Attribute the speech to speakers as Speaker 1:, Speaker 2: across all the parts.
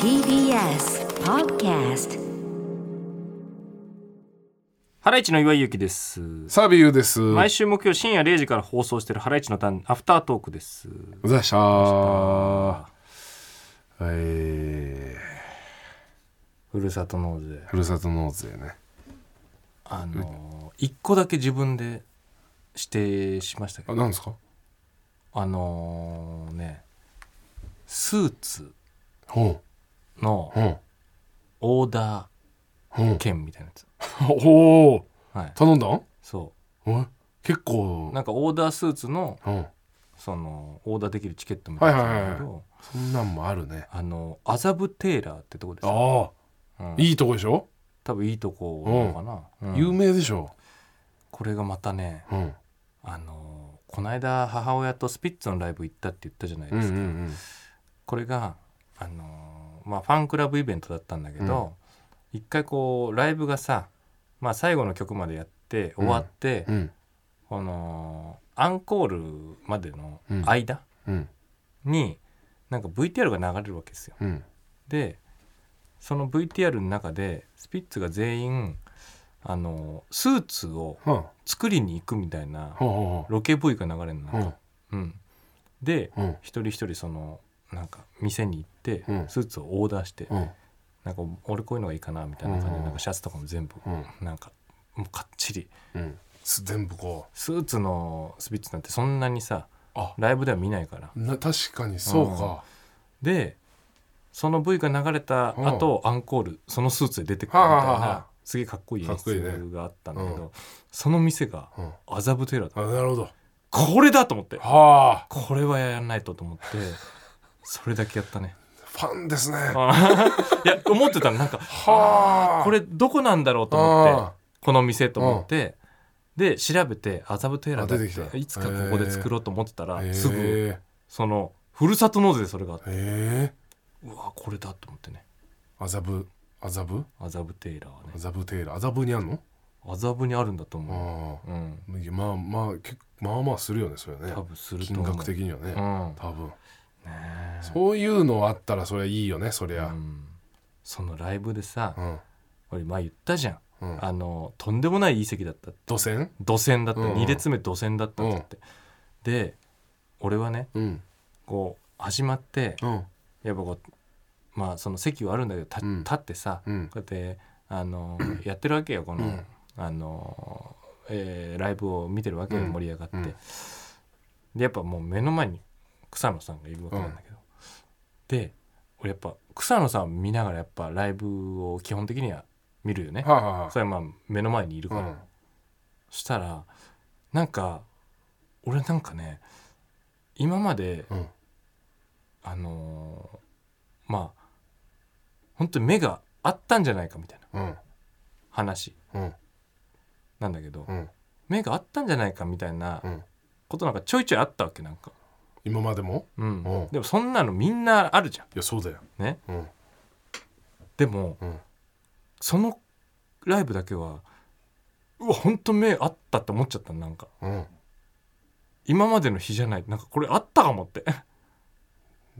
Speaker 1: TBS Podcast
Speaker 2: ハライチの岩井ゆきです。
Speaker 3: サビユーです。
Speaker 2: 毎週木曜深夜0時から放送しているハライチのターンアフタートークです。
Speaker 3: おざいしたー。え
Speaker 2: ふるさと納税。
Speaker 3: ー、ふるさと納税ね。
Speaker 2: あのー、一個だけ自分で指定しましたけ
Speaker 3: あ、
Speaker 2: ど、
Speaker 3: なんですか
Speaker 2: あのーね、スーツ
Speaker 3: ほ
Speaker 2: の
Speaker 3: う、ほう、
Speaker 2: オーダ
Speaker 3: ほ
Speaker 2: ー
Speaker 3: う。
Speaker 2: 券みたいなやつ。
Speaker 3: おー、
Speaker 2: はい。
Speaker 3: 頼んだん
Speaker 2: そ
Speaker 3: え結
Speaker 2: う。
Speaker 3: 構
Speaker 2: な、んかオーダースーツの、
Speaker 3: うん。
Speaker 2: その、オーダーできるチケットみたいなのがあるんだけ
Speaker 3: は
Speaker 2: ど、
Speaker 3: そんなんもあるね。
Speaker 2: あの、麻布テーラーってとこですよ。
Speaker 3: あ
Speaker 2: うん
Speaker 3: あ、いいとこでしょ、
Speaker 2: 多分いいとこなのかな。うん
Speaker 3: 有名でしょ
Speaker 2: これがまたね、
Speaker 3: うん。
Speaker 2: あのーこの間母親とスピッツのライブ行ったって言ったじゃない
Speaker 3: うんう
Speaker 2: で
Speaker 3: んう
Speaker 2: すか、
Speaker 3: ん。
Speaker 2: これが、あのーまあ、ファンクラブイベントだったんだけど、一回こうライブがさ、まあ、最後の曲までやって終わって、
Speaker 3: うん。
Speaker 2: このアンコールまでの
Speaker 3: うん
Speaker 2: 間
Speaker 3: うん。
Speaker 2: に、なんか VTR が流れるわけですよ。
Speaker 3: うん。
Speaker 2: でその VTR の中でスピッツが全員、あのースーツを
Speaker 3: はん。
Speaker 2: 作りに行くみたいな
Speaker 3: ほうほ
Speaker 2: ロケ V が流れるの
Speaker 3: うほう。
Speaker 2: なんかうん、で、
Speaker 3: うん。うん。
Speaker 2: 一人一人そのなんか店に行って
Speaker 3: うん
Speaker 2: スーツをオーダーして、
Speaker 3: うん。
Speaker 2: なんか俺こういうのがいいかなみたいな感じ
Speaker 3: う
Speaker 2: で
Speaker 3: ん
Speaker 2: なんかシャツとかも全部
Speaker 3: うん。
Speaker 2: なんかもうかっちり
Speaker 3: うん。す全部こう。
Speaker 2: スーツのスピッツなんてそんなにさ
Speaker 3: あ、
Speaker 2: ライブでは見ないから
Speaker 3: な確かにそうか。
Speaker 2: でその V が流れた後、アンコールそのスーツで出てくるみたいな、
Speaker 3: はあはあはあ
Speaker 2: すげえかっこいい
Speaker 3: か
Speaker 2: 演
Speaker 3: っこいいね
Speaker 2: 出があったんだけど、
Speaker 3: うん
Speaker 2: その店が
Speaker 3: うん。あ、
Speaker 2: 麻布テーラーだ
Speaker 3: なるほど。
Speaker 2: これだと思って
Speaker 3: はあ、
Speaker 2: これはやらないとと思ってそれだけやったね
Speaker 3: ファンですね。
Speaker 2: あーいや思ってたのなんか
Speaker 3: はあ。
Speaker 2: これどこなんだろうと思って
Speaker 3: あ
Speaker 2: この店と思ってで調べて麻布テーラーだ
Speaker 3: あ出てき
Speaker 2: って
Speaker 3: た
Speaker 2: いつかここで作ろうと思ってたら
Speaker 3: ー
Speaker 2: すぐ
Speaker 3: へ
Speaker 2: そのふるさと納税でそれがあって
Speaker 3: えへえ
Speaker 2: うわこれだと思ってね
Speaker 3: 麻布麻布
Speaker 2: 麻布テーラーはね
Speaker 3: 麻布テーラー麻布にあんの
Speaker 2: 麻布にあるんだと思う
Speaker 3: あ
Speaker 2: うん
Speaker 3: あいやまあまあ結まあまあするよねそれね
Speaker 2: 多分すると
Speaker 3: 金
Speaker 2: 思う
Speaker 3: 額的には
Speaker 2: う
Speaker 3: ね、
Speaker 2: ん
Speaker 3: 多分
Speaker 2: ねえ
Speaker 3: そういうのあったらそれはいいよねそり
Speaker 2: う
Speaker 3: ゃ
Speaker 2: んそのライブでさ
Speaker 3: うん
Speaker 2: 俺前言ったじゃん
Speaker 3: うん
Speaker 2: あのとんでもないいい席だったって
Speaker 3: 土線
Speaker 2: 土線だった
Speaker 3: うんうん
Speaker 2: 2列目土線だったんだってで俺はね
Speaker 3: うん
Speaker 2: こう始まって
Speaker 3: うん
Speaker 2: やっぱこうまあその席はあるんだけどた
Speaker 3: うん
Speaker 2: 立ってさこ
Speaker 3: うん
Speaker 2: うやってあ のやってるわけよこ
Speaker 3: う
Speaker 2: の
Speaker 3: ん
Speaker 2: あのえーライブを見てるわけよ
Speaker 3: うん
Speaker 2: 盛り上がって
Speaker 3: うん
Speaker 2: でやっぱもう目の前に草野さんがいるわけなんだけどで俺やっぱ草野さんを見ながらやっぱライブを基本的には見るよね
Speaker 3: はあ、は
Speaker 2: それはまあ目の前にいる
Speaker 3: あ
Speaker 2: か
Speaker 3: は
Speaker 2: ら
Speaker 3: あ、
Speaker 2: そしたらなんか俺なんかね今まで
Speaker 3: うんうん
Speaker 2: あのーまあ本当に目があったんじゃないかみたいな
Speaker 3: うん
Speaker 2: 話
Speaker 3: うん
Speaker 2: なんだけど、
Speaker 3: うん
Speaker 2: 目があったんじゃないかみたいな
Speaker 3: うん
Speaker 2: ことなんかちょいちょいあったわけなんか、
Speaker 3: 今までも
Speaker 2: うん
Speaker 3: うん
Speaker 2: でもそんなのみんなあるじゃ
Speaker 3: いやそうだよ
Speaker 2: んね
Speaker 3: うん
Speaker 2: でも
Speaker 3: うん
Speaker 2: そのライブだけはうわ本当目あったって思っちゃったのなんか
Speaker 3: うん
Speaker 2: 今までの日じゃないなんかこれあったかもって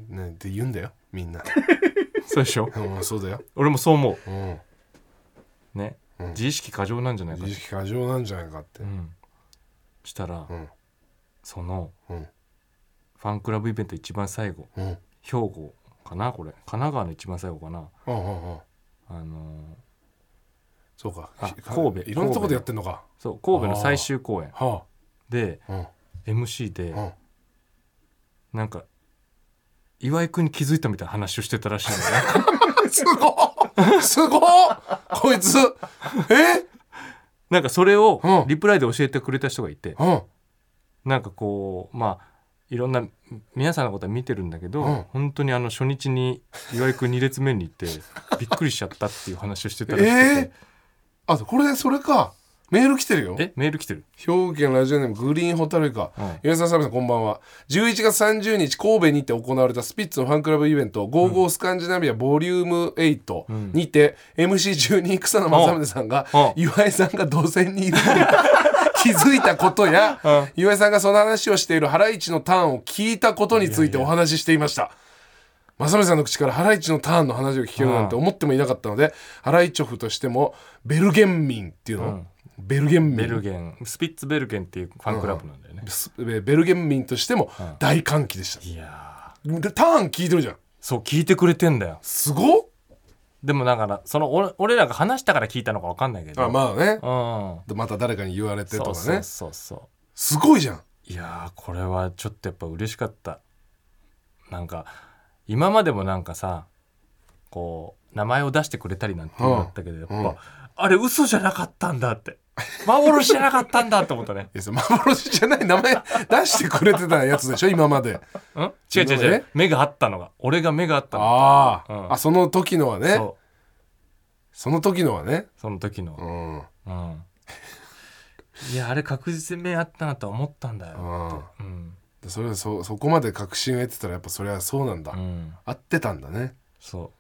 Speaker 3: ねって言うんだよみんな
Speaker 2: そうでしょ
Speaker 3: うんそうだよ
Speaker 2: 俺もそう思
Speaker 3: うん
Speaker 2: うね、
Speaker 3: うん
Speaker 2: 自意識過剰なんじゃないかっ
Speaker 3: 自
Speaker 2: て、
Speaker 3: 意識過剰なんじゃないかって
Speaker 2: うん、したら、
Speaker 3: うん
Speaker 2: その
Speaker 3: うん
Speaker 2: ファンクラブイベント一番最後
Speaker 3: うん
Speaker 2: 兵庫かなこれ神奈川の一番最後かな
Speaker 3: うんうんうん
Speaker 2: あのー
Speaker 3: そうか
Speaker 2: あ
Speaker 3: ひ
Speaker 2: 神戸
Speaker 3: いろんなとこでやってんのか
Speaker 2: そう神戸の最終公演
Speaker 3: は
Speaker 2: で
Speaker 3: あうん
Speaker 2: MC で
Speaker 3: うん
Speaker 2: なんか岩井君に気づいたみたいな話をしてたらしいんだよ
Speaker 3: すごっすごっこいつえ
Speaker 2: なんかそれを
Speaker 3: うん
Speaker 2: リプライで教えてくれた人がいて
Speaker 3: うん
Speaker 2: なんかこうまあいろんな皆さんのことは見てるんだけど、
Speaker 3: うん
Speaker 2: 本当にあの初日に岩井君2列目に行ってびっくりしちゃったっていう話をしてたらしくて、
Speaker 3: えー、あこれそれかメール来てるよ
Speaker 2: えメール来てる、
Speaker 3: 兵庫県ラジオネームグリーンホタルイカ
Speaker 2: うん
Speaker 3: 岩井さん、サムさん、こんばんは。11月30日、神戸にて行われたスピッツのファンクラブイベント、55スカンジナビアボリューム
Speaker 2: ん
Speaker 3: 8にて、MC 中に草野正宗さんが
Speaker 2: うん、
Speaker 3: 岩井さんが同線 にいることに気づいたことや、岩井さんがその話をしているハライチのターンを聞いたことについてお話ししていました。正宗さんの口からハライチのターンの話を聞けるなんて思ってもいなかったのでハライチョフとしてもベルゲン民っていうの、
Speaker 2: うん
Speaker 3: ベルゲン民
Speaker 2: ベルゲンスピッツベルゲンっていうファンクラブなんだよね、
Speaker 3: すベルゲン民としても
Speaker 2: うん
Speaker 3: 大歓喜でした、
Speaker 2: いやー
Speaker 3: でターン聞いてるじゃん
Speaker 2: そう聞いてくれてんだよ
Speaker 3: すごっ
Speaker 2: でもだからその俺俺らが話したから聞いたのか分かんないけど
Speaker 3: あまあね
Speaker 2: うん
Speaker 3: また誰かに言われてとか
Speaker 2: そう
Speaker 3: ね
Speaker 2: そうそうそう
Speaker 3: すごいじゃん
Speaker 2: いやーこれはちょっとやっぱ嬉しかったなんか今までもなんかさこう名前を出してくれたりなんていうのあったけどやっぱ、
Speaker 3: うん
Speaker 2: あれ嘘じゃなかったんだって幻じゃなかったんだって思ったね
Speaker 3: いやそれ幻じゃない名前出してくれてたやつ でしょ今まで
Speaker 2: ん違う違う
Speaker 3: 自分
Speaker 2: 違
Speaker 3: の
Speaker 2: う
Speaker 3: ね
Speaker 2: 目が合ったのが俺が目が合ったの
Speaker 3: ああ、
Speaker 2: うん
Speaker 3: あその時のはねそ
Speaker 2: そ
Speaker 3: の時のはね
Speaker 2: うその時の
Speaker 3: うん、うん、
Speaker 2: うん、いやあれ確実に目合ったなとは思ったんだよ、うん
Speaker 3: でそれはそそこまで確信を得てたらやっぱそれはそうなんだ、
Speaker 2: うん、
Speaker 3: 合ってたんだね
Speaker 2: そう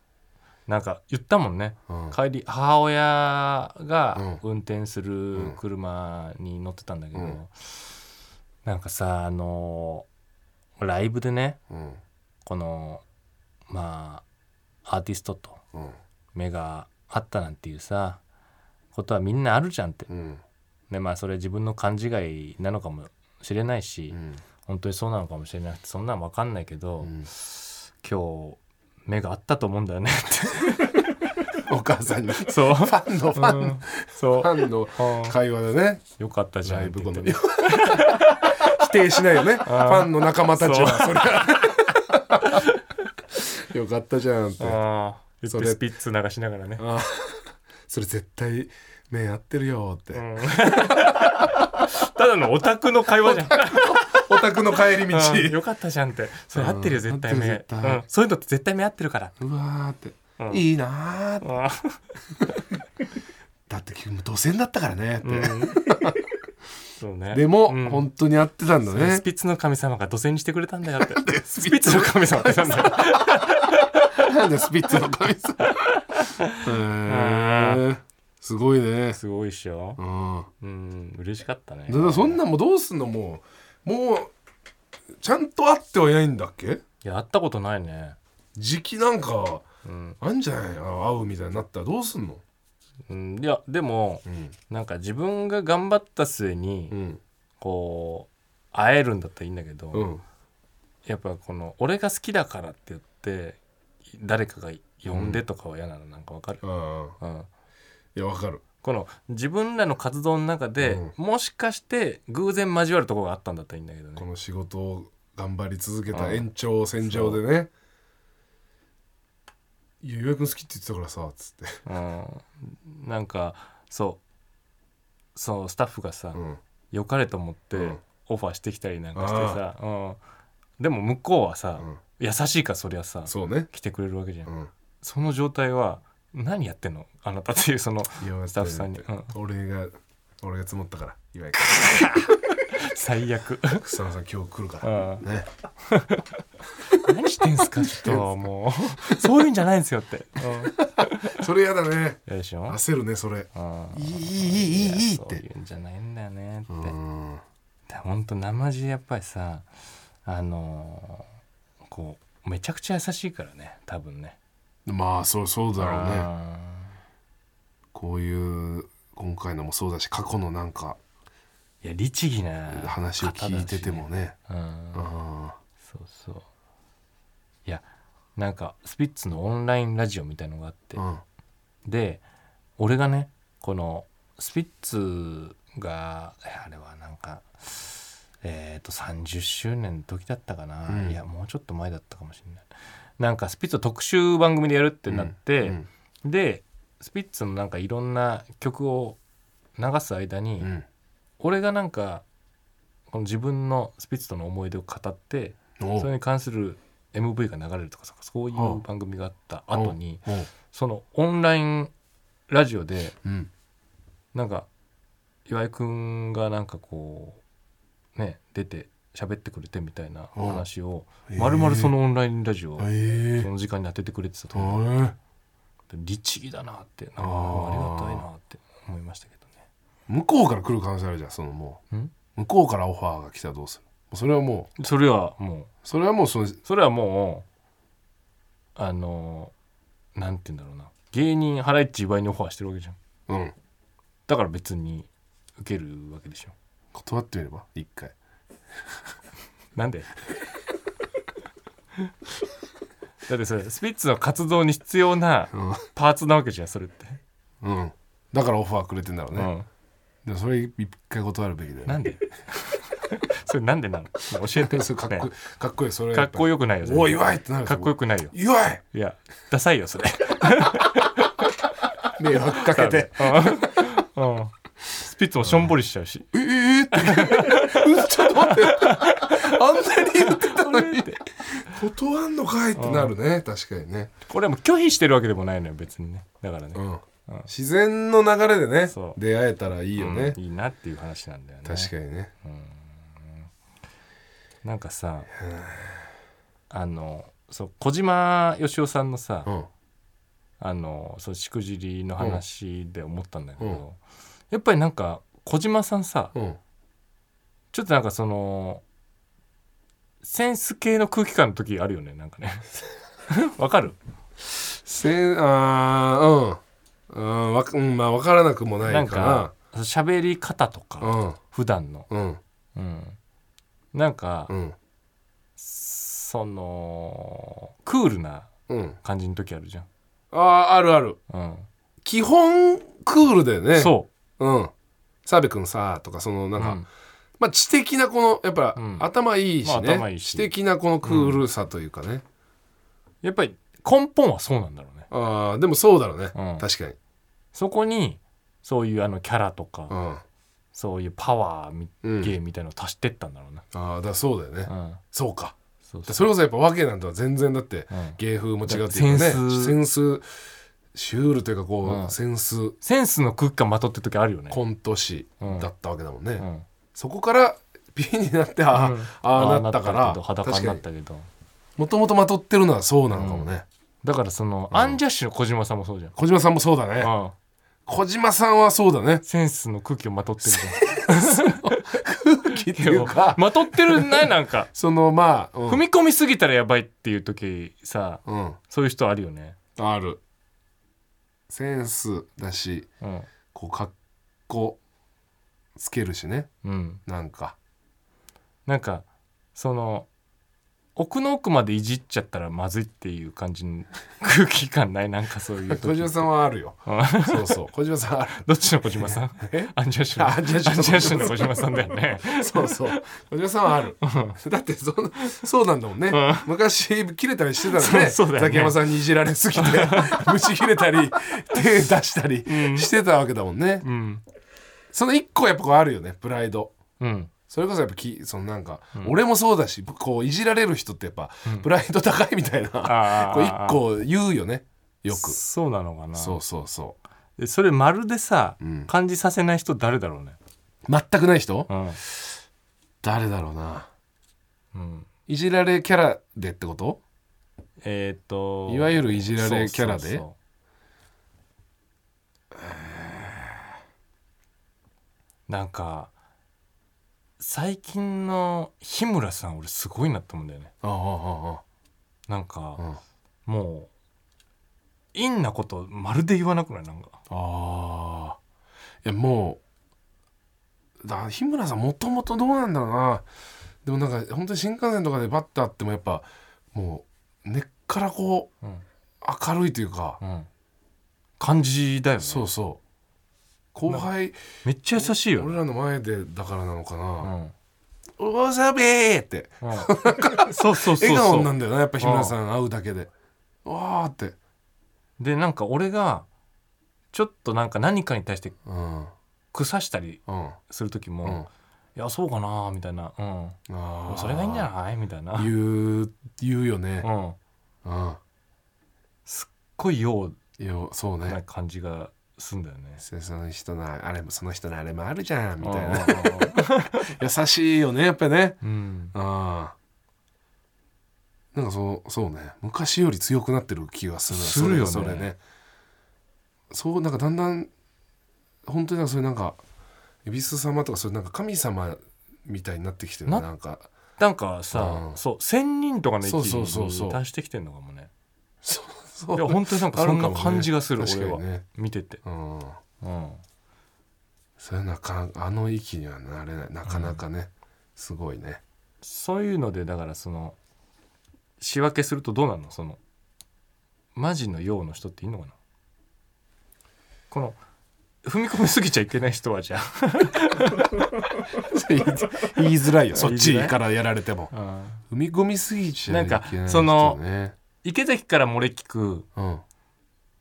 Speaker 2: なんか言ったもんね
Speaker 3: うん
Speaker 2: 帰り母親が運転する車に乗ってたんだけど、
Speaker 3: うん
Speaker 2: なんかさあのライブでね
Speaker 3: うん
Speaker 2: このまあアーティストと
Speaker 3: うん
Speaker 2: 目が合ったなんていうさことはみんなあるじゃんって、
Speaker 3: うん
Speaker 2: でまあそれ自分の勘違いなのかもしれないし、
Speaker 3: うん
Speaker 2: 本当にそうなのかもしれなくてそんなん分かんないけど、
Speaker 3: うん
Speaker 2: 今日目が合ったと思うんだよねっ
Speaker 3: お母さんにフ
Speaker 2: て そう
Speaker 3: ァンのファン、
Speaker 2: うん
Speaker 3: フ
Speaker 2: そう
Speaker 3: ァンの会話でね
Speaker 2: よかったじゃん
Speaker 3: ライブ後の
Speaker 2: って言
Speaker 3: 否
Speaker 2: って
Speaker 3: 定しないよねファンの仲間たちは
Speaker 2: そ
Speaker 3: それは よかったじゃんって
Speaker 2: ああ言っ
Speaker 3: そ
Speaker 2: て
Speaker 3: れ
Speaker 2: スピッツ流しながらね
Speaker 3: あーそれ絶対目合ってるよって、
Speaker 2: うんただのオタクの会 話じゃん
Speaker 3: お宅の帰り道
Speaker 2: うんよかったじゃんってそれ合ってるよ
Speaker 3: う
Speaker 2: 絶
Speaker 3: ん
Speaker 2: 対
Speaker 3: 合っ
Speaker 2: 目
Speaker 3: て
Speaker 2: う
Speaker 3: る絶対
Speaker 2: んそういうのって絶対目合ってるから
Speaker 3: うわーって、
Speaker 2: うん
Speaker 3: いいなーって
Speaker 2: あー
Speaker 3: だって君も土線だったからねって、
Speaker 2: そうね
Speaker 3: でも、
Speaker 2: うん
Speaker 3: 本当に合ってたんだね
Speaker 2: スピッツの神様が土星にしてくれたんだよって
Speaker 3: ス
Speaker 2: スピッツの神様ってなん だよ
Speaker 3: なんだよスピッツの神 様へーすごいね
Speaker 2: すごいっしょ
Speaker 3: うん
Speaker 2: うん嬉しかったね
Speaker 3: だからそんなんもうどうすんのもうもうちゃんと会ってはいないんだっけ
Speaker 2: いや会ったことないね
Speaker 3: 時期なんか
Speaker 2: うん
Speaker 3: あんじゃないあ会うみたいになったらどうすんの
Speaker 2: うんいやでも
Speaker 3: うん
Speaker 2: なんか自分が頑張った末に
Speaker 3: うん
Speaker 2: こう会えるんだったらいいんだけど、
Speaker 3: うん
Speaker 2: やっぱこの俺が好きだからって言って誰かが呼んでとかは嫌なのなんかわかる、
Speaker 3: ああ
Speaker 2: うん、
Speaker 3: いやわかる
Speaker 2: この自分らの活動の中で、もしかして偶然交わるところがあったんだったらいいんだけど
Speaker 3: こ
Speaker 2: ね
Speaker 3: の仕事を頑張り続け
Speaker 2: う
Speaker 3: た
Speaker 2: ん
Speaker 3: 延長線上でね「いや岩井君好きって言ってたからさ」っつって
Speaker 2: うん、なんかそうそうスタッフがさ、
Speaker 3: うん
Speaker 2: 良かれと思って
Speaker 3: うん
Speaker 2: オファーしてきたりなんかしてさ、うん、でも向こうはさ、
Speaker 3: うん
Speaker 2: 優しいからそりゃさ
Speaker 3: そうね
Speaker 2: 来てくれるわけじゃん、
Speaker 3: うん
Speaker 2: その状態は何やってんのあなたっていうその
Speaker 3: 岩井
Speaker 2: スタッフさんに
Speaker 3: 君
Speaker 2: う
Speaker 3: 俺が俺が積もったから岩井
Speaker 2: 最悪
Speaker 3: 君草野さん今日来るから
Speaker 2: うん
Speaker 3: ね
Speaker 2: 何してんすかちょっともうそういうんじゃないんですよって、
Speaker 3: それやだね
Speaker 2: うん、でしょ、
Speaker 3: 焦るねそれ
Speaker 2: うん、
Speaker 3: いいいいいいいいいっ
Speaker 2: そう
Speaker 3: て
Speaker 2: いうんじゃないんだよねって、
Speaker 3: うん
Speaker 2: だほんと生地やっぱりさあのーこうめちゃくちゃ優しいからね多分ね
Speaker 3: まあそうそうだろうね
Speaker 2: あ
Speaker 3: こういう今回のもそうだし過去のなんか
Speaker 2: ーいや律儀な
Speaker 3: 話を聞いてても
Speaker 2: ね、
Speaker 3: ね
Speaker 2: うん、
Speaker 3: あ
Speaker 2: そうそういやなんかスピッツのオンラインラジオみたいのがあって、
Speaker 3: あうん
Speaker 2: で俺がねこのスピッツがえあれはなんかえっ、と30周年の時だったかな、
Speaker 3: うん
Speaker 2: いやもうちょっと前だったかもしれないなんかスピッツを特集番組でやるってなって、
Speaker 3: うん
Speaker 2: でスピッツのなんかいろんな曲を流す間に、
Speaker 3: うん
Speaker 2: 俺がなんかこの自分のスピッツとの思い出を語って
Speaker 3: おう
Speaker 2: それに関する MV が流れるとかさそういう番組があった後に
Speaker 3: おう
Speaker 2: そのオンラインラジオで
Speaker 3: うん
Speaker 2: なんか岩井くんがなんかこうね出て喋ってくれてみたいな
Speaker 3: うん
Speaker 2: 話を
Speaker 3: へえ
Speaker 2: まるまるそのオンラインラジオを
Speaker 3: ええ
Speaker 2: その時間に当ててくれてたと思う
Speaker 3: ー、
Speaker 2: 律儀だなってなんか
Speaker 3: あー
Speaker 2: ありがたいなって思いましたけ
Speaker 3: 向こうから来る可能性あるじゃんそのも
Speaker 2: どね
Speaker 3: う向こうからオファーが来たらどうするそれはも
Speaker 2: んそれはもう
Speaker 3: うそれはもうその
Speaker 2: それはもあのなんて言うんだろうな芸人ハライチ祝いにオファーしてるわけじゃん
Speaker 3: うん
Speaker 2: だから別に受けるわけでしょ
Speaker 3: 断ってみれば一回
Speaker 2: なんで だってそれスピッツの活動に必要なパーツなわけじゃんそれって、
Speaker 3: うんだからオファーくれてんだろう
Speaker 2: う
Speaker 3: ね、
Speaker 2: ん
Speaker 3: でもそれ一回断るべきだよ
Speaker 2: なんで それなんでなの教えて
Speaker 3: それかっこいい、
Speaker 2: ね
Speaker 3: かっこいいそれ
Speaker 2: かっこよくないよ
Speaker 3: おい祝いってなる
Speaker 2: かっこよくないよ
Speaker 3: 祝い
Speaker 2: いやダサいよそ れ
Speaker 3: 迷惑かけて
Speaker 2: うんうんスピッツもしょんぼりしちゃうし
Speaker 3: ええって。うんちょっと待って。あんなに言ってたのに。断んのかいってなるね。確かにね。
Speaker 2: これはもう拒否してるわけでもないのよ別にねだからね、
Speaker 3: うん。自然の流れでね
Speaker 2: そ、う
Speaker 3: 出会えたらいいよね
Speaker 2: う。んいいなっていう話なんだよね
Speaker 3: 確かにね。
Speaker 2: なんかさあのそう小島よしおさんのさ、
Speaker 3: うん。
Speaker 2: あのそうしくじりの話で思ったんだけど、
Speaker 3: うん
Speaker 2: やっぱりなんか小島さんさ、
Speaker 3: うん。
Speaker 2: ちょっとなんかそのセンス系の空気感の時あるよねなんかね わかる
Speaker 3: せん、あーうん。うんわか、うんまあ、わからなくもな
Speaker 2: ないん
Speaker 3: か
Speaker 2: か喋り方と
Speaker 3: な。う
Speaker 2: か、
Speaker 3: ん。
Speaker 2: 普段の、
Speaker 3: うん。
Speaker 2: うん、なんか、
Speaker 3: うん。
Speaker 2: そのクールな
Speaker 3: うん。
Speaker 2: 感じの時あるじゃん、
Speaker 3: ああ、あるある。
Speaker 2: うん
Speaker 3: 基本、クールだよね。。
Speaker 2: そう
Speaker 3: うん。澤部君さ、とか、その、
Speaker 2: う、
Speaker 3: なん
Speaker 2: う
Speaker 3: か、
Speaker 2: ん
Speaker 3: まあ、知的なこのやっぱ、
Speaker 2: うん
Speaker 3: 頭いいし
Speaker 2: まあ
Speaker 3: ね、
Speaker 2: 頭いいし
Speaker 3: 知的なこのクールさというかね、
Speaker 2: やっぱり根本はそうなんだろうね
Speaker 3: あーでもそうだろうね、
Speaker 2: うん
Speaker 3: 確かに、
Speaker 2: そこにそういうあのキャラとか、
Speaker 3: うん、あ
Speaker 2: そういうパワーみ
Speaker 3: うん
Speaker 2: ゲーみたいのを足してったんだろうな、
Speaker 3: あーだからそうだよね、
Speaker 2: うん
Speaker 3: そうか
Speaker 2: そう
Speaker 3: だからそれこそやっぱ和気なんとは全然だって、
Speaker 2: うん
Speaker 3: 芸風も違うって
Speaker 2: セ
Speaker 3: いう
Speaker 2: ン
Speaker 3: かね
Speaker 2: ス
Speaker 3: センスシュールというかこう、
Speaker 2: うん
Speaker 3: センス
Speaker 2: センスの空気感まとってる時あるよね、
Speaker 3: コント師だったわけだもんね、
Speaker 2: うん
Speaker 3: そこからピンになってあ,、
Speaker 2: うん
Speaker 3: ああなったか
Speaker 2: ああなった
Speaker 3: ら
Speaker 2: けど裸
Speaker 3: 確
Speaker 2: にな
Speaker 3: か
Speaker 2: っ
Speaker 3: に
Speaker 2: たけど
Speaker 3: もともとまとってるのはそうなのかもね、
Speaker 2: だからその、アンジャッシュの小島さんもそうじゃん、
Speaker 3: 小島さんもそうだね、
Speaker 2: うん
Speaker 3: 小島さんはそうだね
Speaker 2: センスの空気をまとってるじゃん
Speaker 3: っていうか
Speaker 2: まとってるんないなんか
Speaker 3: そのまあ、うん
Speaker 2: 踏み込みすぎたらやばいっていう時さ
Speaker 3: うん、
Speaker 2: そういう人あるよね
Speaker 3: あるセンスだし
Speaker 2: うん、
Speaker 3: こうかっこつけるしね
Speaker 2: うん、
Speaker 3: なんか
Speaker 2: なんかその奥の奥までいじっちゃったらまずいっていう感じの空気感ない なんかそういう
Speaker 3: 小
Speaker 2: 時
Speaker 3: 島さんはあるよ
Speaker 2: うん
Speaker 3: そうそう小島さん ある
Speaker 2: どっちの小島さん
Speaker 3: え
Speaker 2: アンジャッシュの
Speaker 3: あアンジャッシュの
Speaker 2: アンジャッシュの小島さんだよね
Speaker 3: そうそう小島さんはあるだってそのそうなんだもんね、昔切れたりしてたんで、
Speaker 2: そうそうだよね
Speaker 3: ザキヤマさんにいじられすぎて無視切れたり手出したりしてたわけだもんね、
Speaker 2: うん
Speaker 3: その一個やっぱこうあるよねプライド
Speaker 2: うん
Speaker 3: それこそやっぱきそのなんか、俺もそうだしこういじられる人ってやっぱ、プライド高いみたいな
Speaker 2: あー
Speaker 3: こう一個言うよねよく
Speaker 2: そうなのかな
Speaker 3: そうそうそ
Speaker 2: でそれまるでさ、
Speaker 3: うん
Speaker 2: 感じさせない人誰だろうね
Speaker 3: う全くない人
Speaker 2: うん、
Speaker 3: 誰だろうな
Speaker 2: うん、
Speaker 3: いじられキャラでってこと
Speaker 2: えっ、と
Speaker 3: いわゆるいじられキャラで
Speaker 2: そうそうそうなんか最近の日村さん俺すごいなと思うんだよね
Speaker 3: ああ
Speaker 2: なんか、
Speaker 3: うん
Speaker 2: もう陰なことまるで言わなくないなんか
Speaker 3: ああああいやもうだ日村さんもともとどうなんだろうなでもなんか本当に新幹線とかでバッターってもやっぱもう根っからこう
Speaker 2: うん、
Speaker 3: 明るいというか、
Speaker 2: うん、感じだよね
Speaker 3: そうそう後輩
Speaker 2: めっちゃ優しいよ
Speaker 3: 俺
Speaker 2: ね、
Speaker 3: らの前でだからなのか
Speaker 2: う
Speaker 3: な「
Speaker 2: ん
Speaker 3: おしゃべー!」って
Speaker 2: うん そうそうそうそう
Speaker 3: 笑顔なんだよなやっぱ日村さん会うだけでわーって
Speaker 2: でなんか俺がちょっとなんか何かに対して
Speaker 3: うん
Speaker 2: 腐したり
Speaker 3: うん
Speaker 2: する時も「
Speaker 3: うん
Speaker 2: いやそうかな」みたいな「う
Speaker 3: あ
Speaker 2: んそれがいいんじゃない?」みたいな、
Speaker 3: い言う言うよね
Speaker 2: うん、
Speaker 3: うん
Speaker 2: すっごいよう
Speaker 3: いやそう
Speaker 2: な
Speaker 3: ね
Speaker 2: 感じがすんだよね。
Speaker 3: その人のあれもその人のあれもあるじゃんみ
Speaker 2: うん
Speaker 3: たいな優しいよねやっぱね
Speaker 2: うん
Speaker 3: ああなんかそうそうね昔より強くなってる気がする
Speaker 2: するよね
Speaker 3: それそれねそうなんかだんだん本当になんかそれなんか恵比寿様とかそれなんか神様みたいになってきてるね
Speaker 2: な
Speaker 3: なんか
Speaker 2: なんかさ、
Speaker 3: うん
Speaker 2: そう千人とかの域
Speaker 3: そうそうそうそう
Speaker 2: に達してきてんのかもね。
Speaker 3: そう
Speaker 2: いや本当になんかそんな感じがする
Speaker 3: あかもね
Speaker 2: 俺は
Speaker 3: 確かにね
Speaker 2: 見てて、
Speaker 3: うん
Speaker 2: うん、
Speaker 3: それはなかなかあの域にはなれないなかなかね、すごいね
Speaker 2: そういうのでだからその仕分けするとどうなるのそのマジのようの人っていいのかなこの踏み込みすぎちゃいけない人はじゃ
Speaker 3: 言いづらいよそっち
Speaker 2: 言いづらい
Speaker 3: からやられても
Speaker 2: あ、
Speaker 3: 踏み込みすぎちゃいけない人、ね、
Speaker 2: なんかその池崎から漏れ聞く
Speaker 3: うん、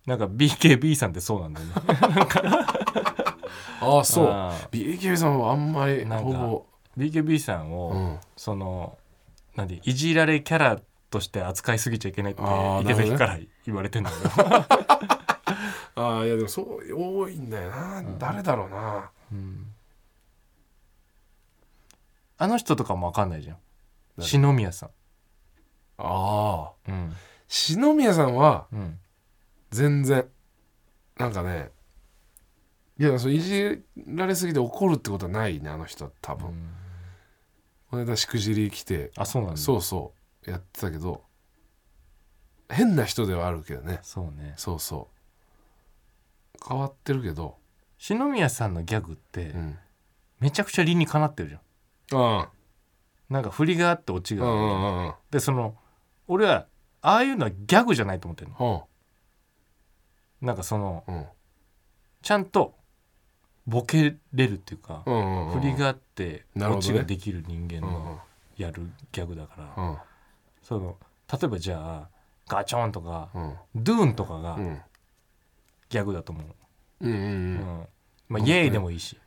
Speaker 2: なんか BKB さんってそうなんだよ ね
Speaker 3: ああそう
Speaker 2: あー
Speaker 3: BKB さんはあんまり
Speaker 2: なんか
Speaker 3: ほぼ
Speaker 2: BKB さんを、
Speaker 3: うん
Speaker 2: そのなんでいじられキャラとして扱いすぎちゃいけないって
Speaker 3: あー
Speaker 2: 池崎
Speaker 3: なるほどね
Speaker 2: から言われてんのよ
Speaker 3: ああいやでもそう多いんだよな、誰だろうな
Speaker 2: うんあの人とかも分かんないじゃん
Speaker 3: 誰
Speaker 2: 篠宮さ
Speaker 3: ああ
Speaker 2: んうん
Speaker 3: 篠宮さんは
Speaker 2: うん
Speaker 3: 全然なんかねいやそういじられすぎて怒るってことはないねあの人は多分、この間しくじり来て
Speaker 2: あそうなんだそう
Speaker 3: そうそうやってたけど変な人ではあるけどね
Speaker 2: ね
Speaker 3: そうそう変わってるけど
Speaker 2: 篠宮さんのギャグって
Speaker 3: うん
Speaker 2: めちゃくちゃ理にかなってるじゃん
Speaker 3: あ
Speaker 2: なんか振りがあってオチ
Speaker 3: あうん
Speaker 2: が
Speaker 3: う
Speaker 2: ある
Speaker 3: んうんうん
Speaker 2: でその俺はああいうのはギャグじゃないと思ってるの
Speaker 3: ほ
Speaker 2: なんかその
Speaker 3: ううん
Speaker 2: ちゃんとボケれるっていうか
Speaker 3: うんうんうん
Speaker 2: 振りがあって
Speaker 3: なる
Speaker 2: オ
Speaker 3: ほど
Speaker 2: チ
Speaker 3: ね
Speaker 2: ができる人間
Speaker 3: うんうん
Speaker 2: のやるギャグだから
Speaker 3: うん
Speaker 2: その例えばじゃあガチョンとか
Speaker 3: うん
Speaker 2: ドゥーンとかが
Speaker 3: うん
Speaker 2: ギャグだと思う、
Speaker 3: うんう
Speaker 2: うん
Speaker 3: うん
Speaker 2: まあ、イエーイでもいいし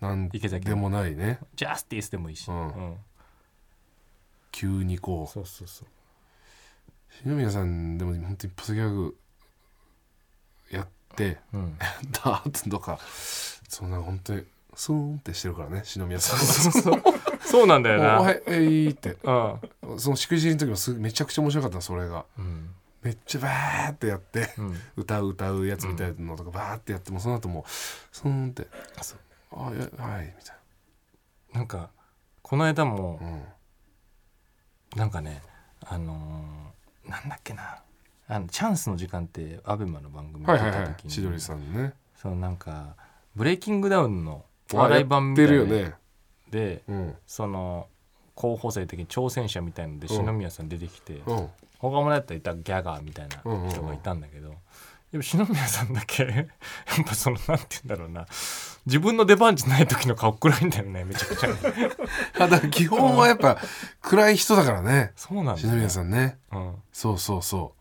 Speaker 3: なん
Speaker 2: 池崎
Speaker 3: でもないね
Speaker 2: ジャスティスでもいいし、
Speaker 3: うん
Speaker 2: うん
Speaker 3: 急にこう
Speaker 2: そうそうそう
Speaker 3: 篠宮さんでも本当に一発ギャグやって
Speaker 2: うん、
Speaker 3: ダーッとかそんな本当にスーンってしてるからね篠宮さん
Speaker 2: そうそうそうなんだよ
Speaker 3: おは
Speaker 2: な。
Speaker 3: いえいって
Speaker 2: うん
Speaker 3: そのしくじりの時もすめちゃくちゃ面白かったそれが
Speaker 2: うん
Speaker 3: めっちゃバーってやって
Speaker 2: うん
Speaker 3: 歌う歌うやつみたいなのとかバーってやってもその後もうスーンって
Speaker 2: そう
Speaker 3: 「あいやはい」みたい
Speaker 2: なんかこの間も
Speaker 3: なうん
Speaker 2: なんかねあのーなんだっけなあのチャンスの時間ってアベマの番組
Speaker 3: は
Speaker 2: 出
Speaker 3: いはい
Speaker 2: た
Speaker 3: は
Speaker 2: 時
Speaker 3: い
Speaker 2: に、
Speaker 3: 千鳥さんね
Speaker 2: そのなんかブレイキングダウンのお笑い版みたい
Speaker 3: あ
Speaker 2: な
Speaker 3: や
Speaker 2: の
Speaker 3: ってるよね
Speaker 2: で
Speaker 3: うん
Speaker 2: その候補生的に挑戦者みたいので
Speaker 3: うん
Speaker 2: 篠宮さん出てきて、
Speaker 3: うん
Speaker 2: 他もだったらいたギャガーみたいな人がいたんだけど、でも篠宮さんだけやっぱそのなんて言うんだろうな自分の出番じゃない時の顔暗いんだよねめちゃく ちゃね
Speaker 3: あだから基本はやっぱ暗い人だからね
Speaker 2: そうなんだ
Speaker 3: 篠宮さ
Speaker 2: ん、
Speaker 3: んね
Speaker 2: うんうん、
Speaker 3: そうそうそ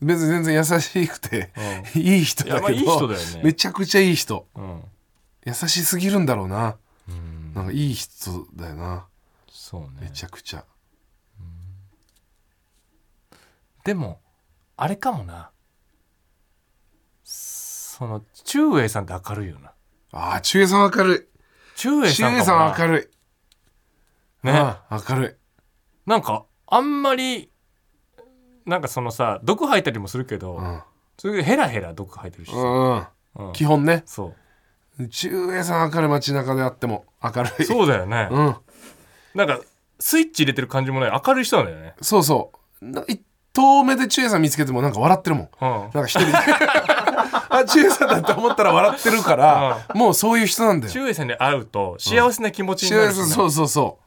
Speaker 3: う別に全然優しくていい人
Speaker 2: いや
Speaker 3: だ
Speaker 2: まあ
Speaker 3: け
Speaker 2: いい人
Speaker 3: ど
Speaker 2: だよね
Speaker 3: めちゃくちゃいい人
Speaker 2: うん、
Speaker 3: 優しすぎるんだろうな
Speaker 2: うん
Speaker 3: なんかいい人だよな
Speaker 2: そうね
Speaker 3: めちゃくちゃ
Speaker 2: でもあれかもなその中英さんって明るいよな
Speaker 3: ああ中江さん明る
Speaker 2: 中
Speaker 3: い
Speaker 2: 英
Speaker 3: 中
Speaker 2: さん
Speaker 3: 江さんは明
Speaker 2: い
Speaker 3: るい
Speaker 2: ね
Speaker 3: ああ明る
Speaker 2: なんかあんまりなんかそのさ毒吐いたりもするけど、
Speaker 3: いうん
Speaker 2: それでヘラヘラ毒吐いてるしさ、
Speaker 3: うん
Speaker 2: うん
Speaker 3: 基本ね
Speaker 2: そ
Speaker 3: 中江さん明るい街中であっても明る
Speaker 2: う
Speaker 3: い
Speaker 2: そうだよね、
Speaker 3: うん
Speaker 2: なんかスイッチ入れてる感じもない明るい人なんだよね
Speaker 3: そうそうな一投目で中江さん見つけてもなんか笑ってるもん
Speaker 2: うん
Speaker 3: なんか 一人であ中江さんだって思ったら笑ってるからもうそういう人なんだよ
Speaker 2: 中英さんに会うと幸せな気持ちに
Speaker 3: 中
Speaker 2: な
Speaker 3: 江
Speaker 2: るし
Speaker 3: さ
Speaker 2: ね、
Speaker 3: んそうそうそう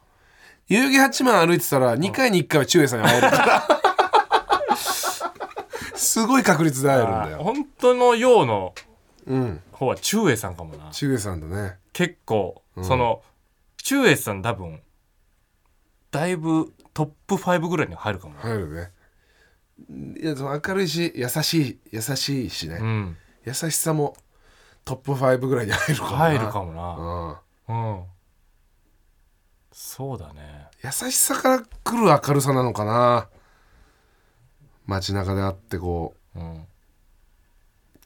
Speaker 3: 遊戯八幡歩いてたら2回に1回は中江さんに会えるから すごい確率で会えるんだ
Speaker 2: あー
Speaker 3: よ
Speaker 2: 本当のようの
Speaker 3: うん
Speaker 2: 方は中英さんかもな
Speaker 3: 中江さんだね
Speaker 2: 結構、その中英さん多分だいぶトップ5ぐらいに入るかもな
Speaker 3: 入るねいやその明るいし優しい優しいしね、
Speaker 2: うん
Speaker 3: 優しさもトップ5ぐらいに入るかもな
Speaker 2: 入るかもな
Speaker 3: うん
Speaker 2: うんそうだね
Speaker 3: 優しさから来る明るさなのかな街中であってこう
Speaker 2: うん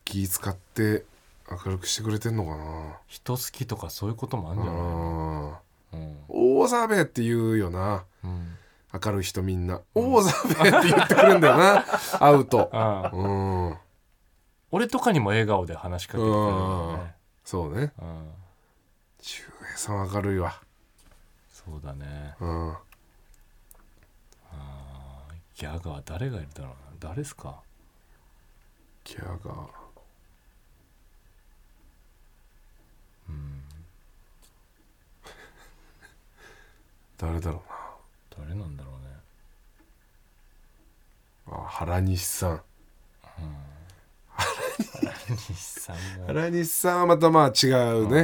Speaker 3: 気使って明るくしてくれてんのかな
Speaker 2: 人好きとかそういうこともあるんじゃない
Speaker 3: うん
Speaker 2: うん
Speaker 3: 大沢べって言うよな
Speaker 2: うん
Speaker 3: 明るい人みんな大沢べって言ってくるんだよ な会うと
Speaker 2: あー
Speaker 3: うん
Speaker 2: 俺とかにも笑顔で話しかけてくれるよね
Speaker 3: そうね
Speaker 2: うん
Speaker 3: 中江さん明るいわ
Speaker 2: そうだね
Speaker 3: うん
Speaker 2: ギャガー誰がいるだろうな誰ですか
Speaker 3: ギャガー
Speaker 2: うん
Speaker 3: 誰だろ
Speaker 2: 誰なんだろ うね
Speaker 3: うなあ原西さん
Speaker 2: 原西さんも
Speaker 3: 原西さんはまたまあ違うね
Speaker 2: う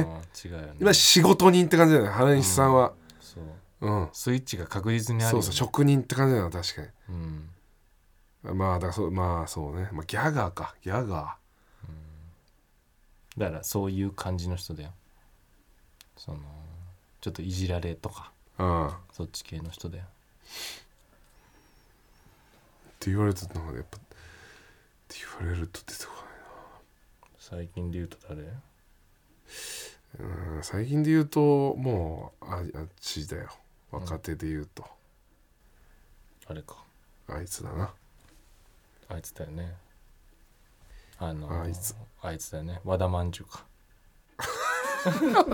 Speaker 2: ん違うよね
Speaker 3: 今仕事人って感じだよね原西さんは
Speaker 2: そう
Speaker 3: うん、
Speaker 2: スイッチが確実にあるよ
Speaker 3: そう
Speaker 2: ね
Speaker 3: そう職人って感じだな確か
Speaker 2: うん
Speaker 3: にまあだからそうまあそうね、まあ、ギャガーかギャガ
Speaker 2: だからそういう感じの人だよそのちょっといじられとか
Speaker 3: ーうん
Speaker 2: そっち系の人だよ
Speaker 3: って言われてなんかやっぱって言われると出てこ
Speaker 2: 最近で言うと誰
Speaker 3: ないうん最近で言うともうああっちだよ若手で言うと、
Speaker 2: あれか
Speaker 3: あいつだな
Speaker 2: あいつだよねあの
Speaker 3: あいつ
Speaker 2: あいつだよね和田まんじゅうか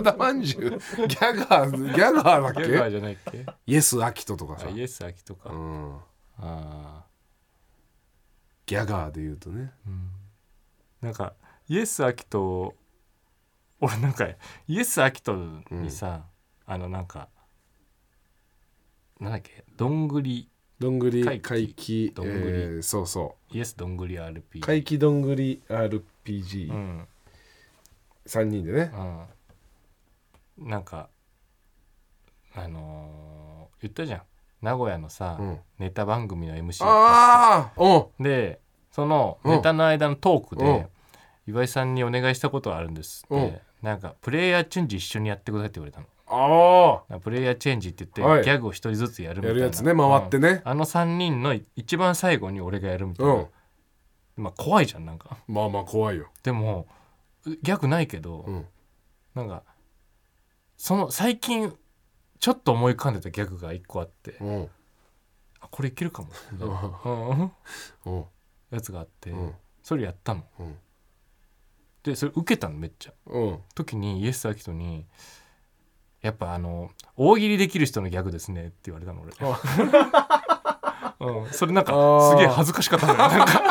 Speaker 3: ダまんじゅうギャガーギャ
Speaker 2: ギ
Speaker 3: ガー
Speaker 2: ャ
Speaker 3: だ
Speaker 2: ガ
Speaker 3: っ
Speaker 2: ー
Speaker 3: け
Speaker 2: じゃないっけあ
Speaker 3: イエス・アキトとかさ、
Speaker 2: イエス・アキとか、
Speaker 3: うん、
Speaker 2: あ
Speaker 3: ギャガーで言うとね
Speaker 2: ーうんなんかイエス・アキと俺なんかイエス・アキトにさ、あのなんかなんだっけどんぐり
Speaker 3: どんぐり
Speaker 2: 怪奇
Speaker 3: 怪奇
Speaker 2: どんぐり
Speaker 3: えーそうそ
Speaker 2: イエス・どんぐり RP
Speaker 3: う怪奇どんぐり
Speaker 2: う
Speaker 3: RPG3
Speaker 2: ん
Speaker 3: 人でね
Speaker 2: うん、なんかあのー言ったじゃん名古屋のさ、
Speaker 3: うん
Speaker 2: ネタ番組の MC
Speaker 3: ああお
Speaker 2: でその
Speaker 3: うん
Speaker 2: ネタの間のトーク
Speaker 3: う
Speaker 2: で
Speaker 3: ん
Speaker 2: 岩井さんにお願いしたことはあるんですっ
Speaker 3: うん
Speaker 2: てなんかプレイヤーチェンジ一緒にやってくださいって言われたの
Speaker 3: あ
Speaker 2: なんかプレイヤーチェンジって言って、
Speaker 3: はい
Speaker 2: ギャグを一人ずつやるみたいな
Speaker 3: やるやつね回ってね
Speaker 2: うんあの3人の一番最後に俺がやるみたいな、
Speaker 3: うん
Speaker 2: まあ怖いじゃんなんか
Speaker 3: まあまあ怖いよ
Speaker 2: でもギャグないけど、
Speaker 3: うん
Speaker 2: なんかその最近ちょっと思い浮かんでたギャグが1個あって、
Speaker 3: うん
Speaker 2: あこれいけるかもみたいな、うん
Speaker 3: うん
Speaker 2: やつがあって、
Speaker 3: うん
Speaker 2: それやったの
Speaker 3: うん
Speaker 2: でそれ受けたのめっちゃ
Speaker 3: うん
Speaker 2: 時にイエス・アキトに「やっぱあの大喜利できる人のギャグですね」って言われたの俺、 うん、それなんか
Speaker 3: あー
Speaker 2: すげえ恥ずかしかったのよなんか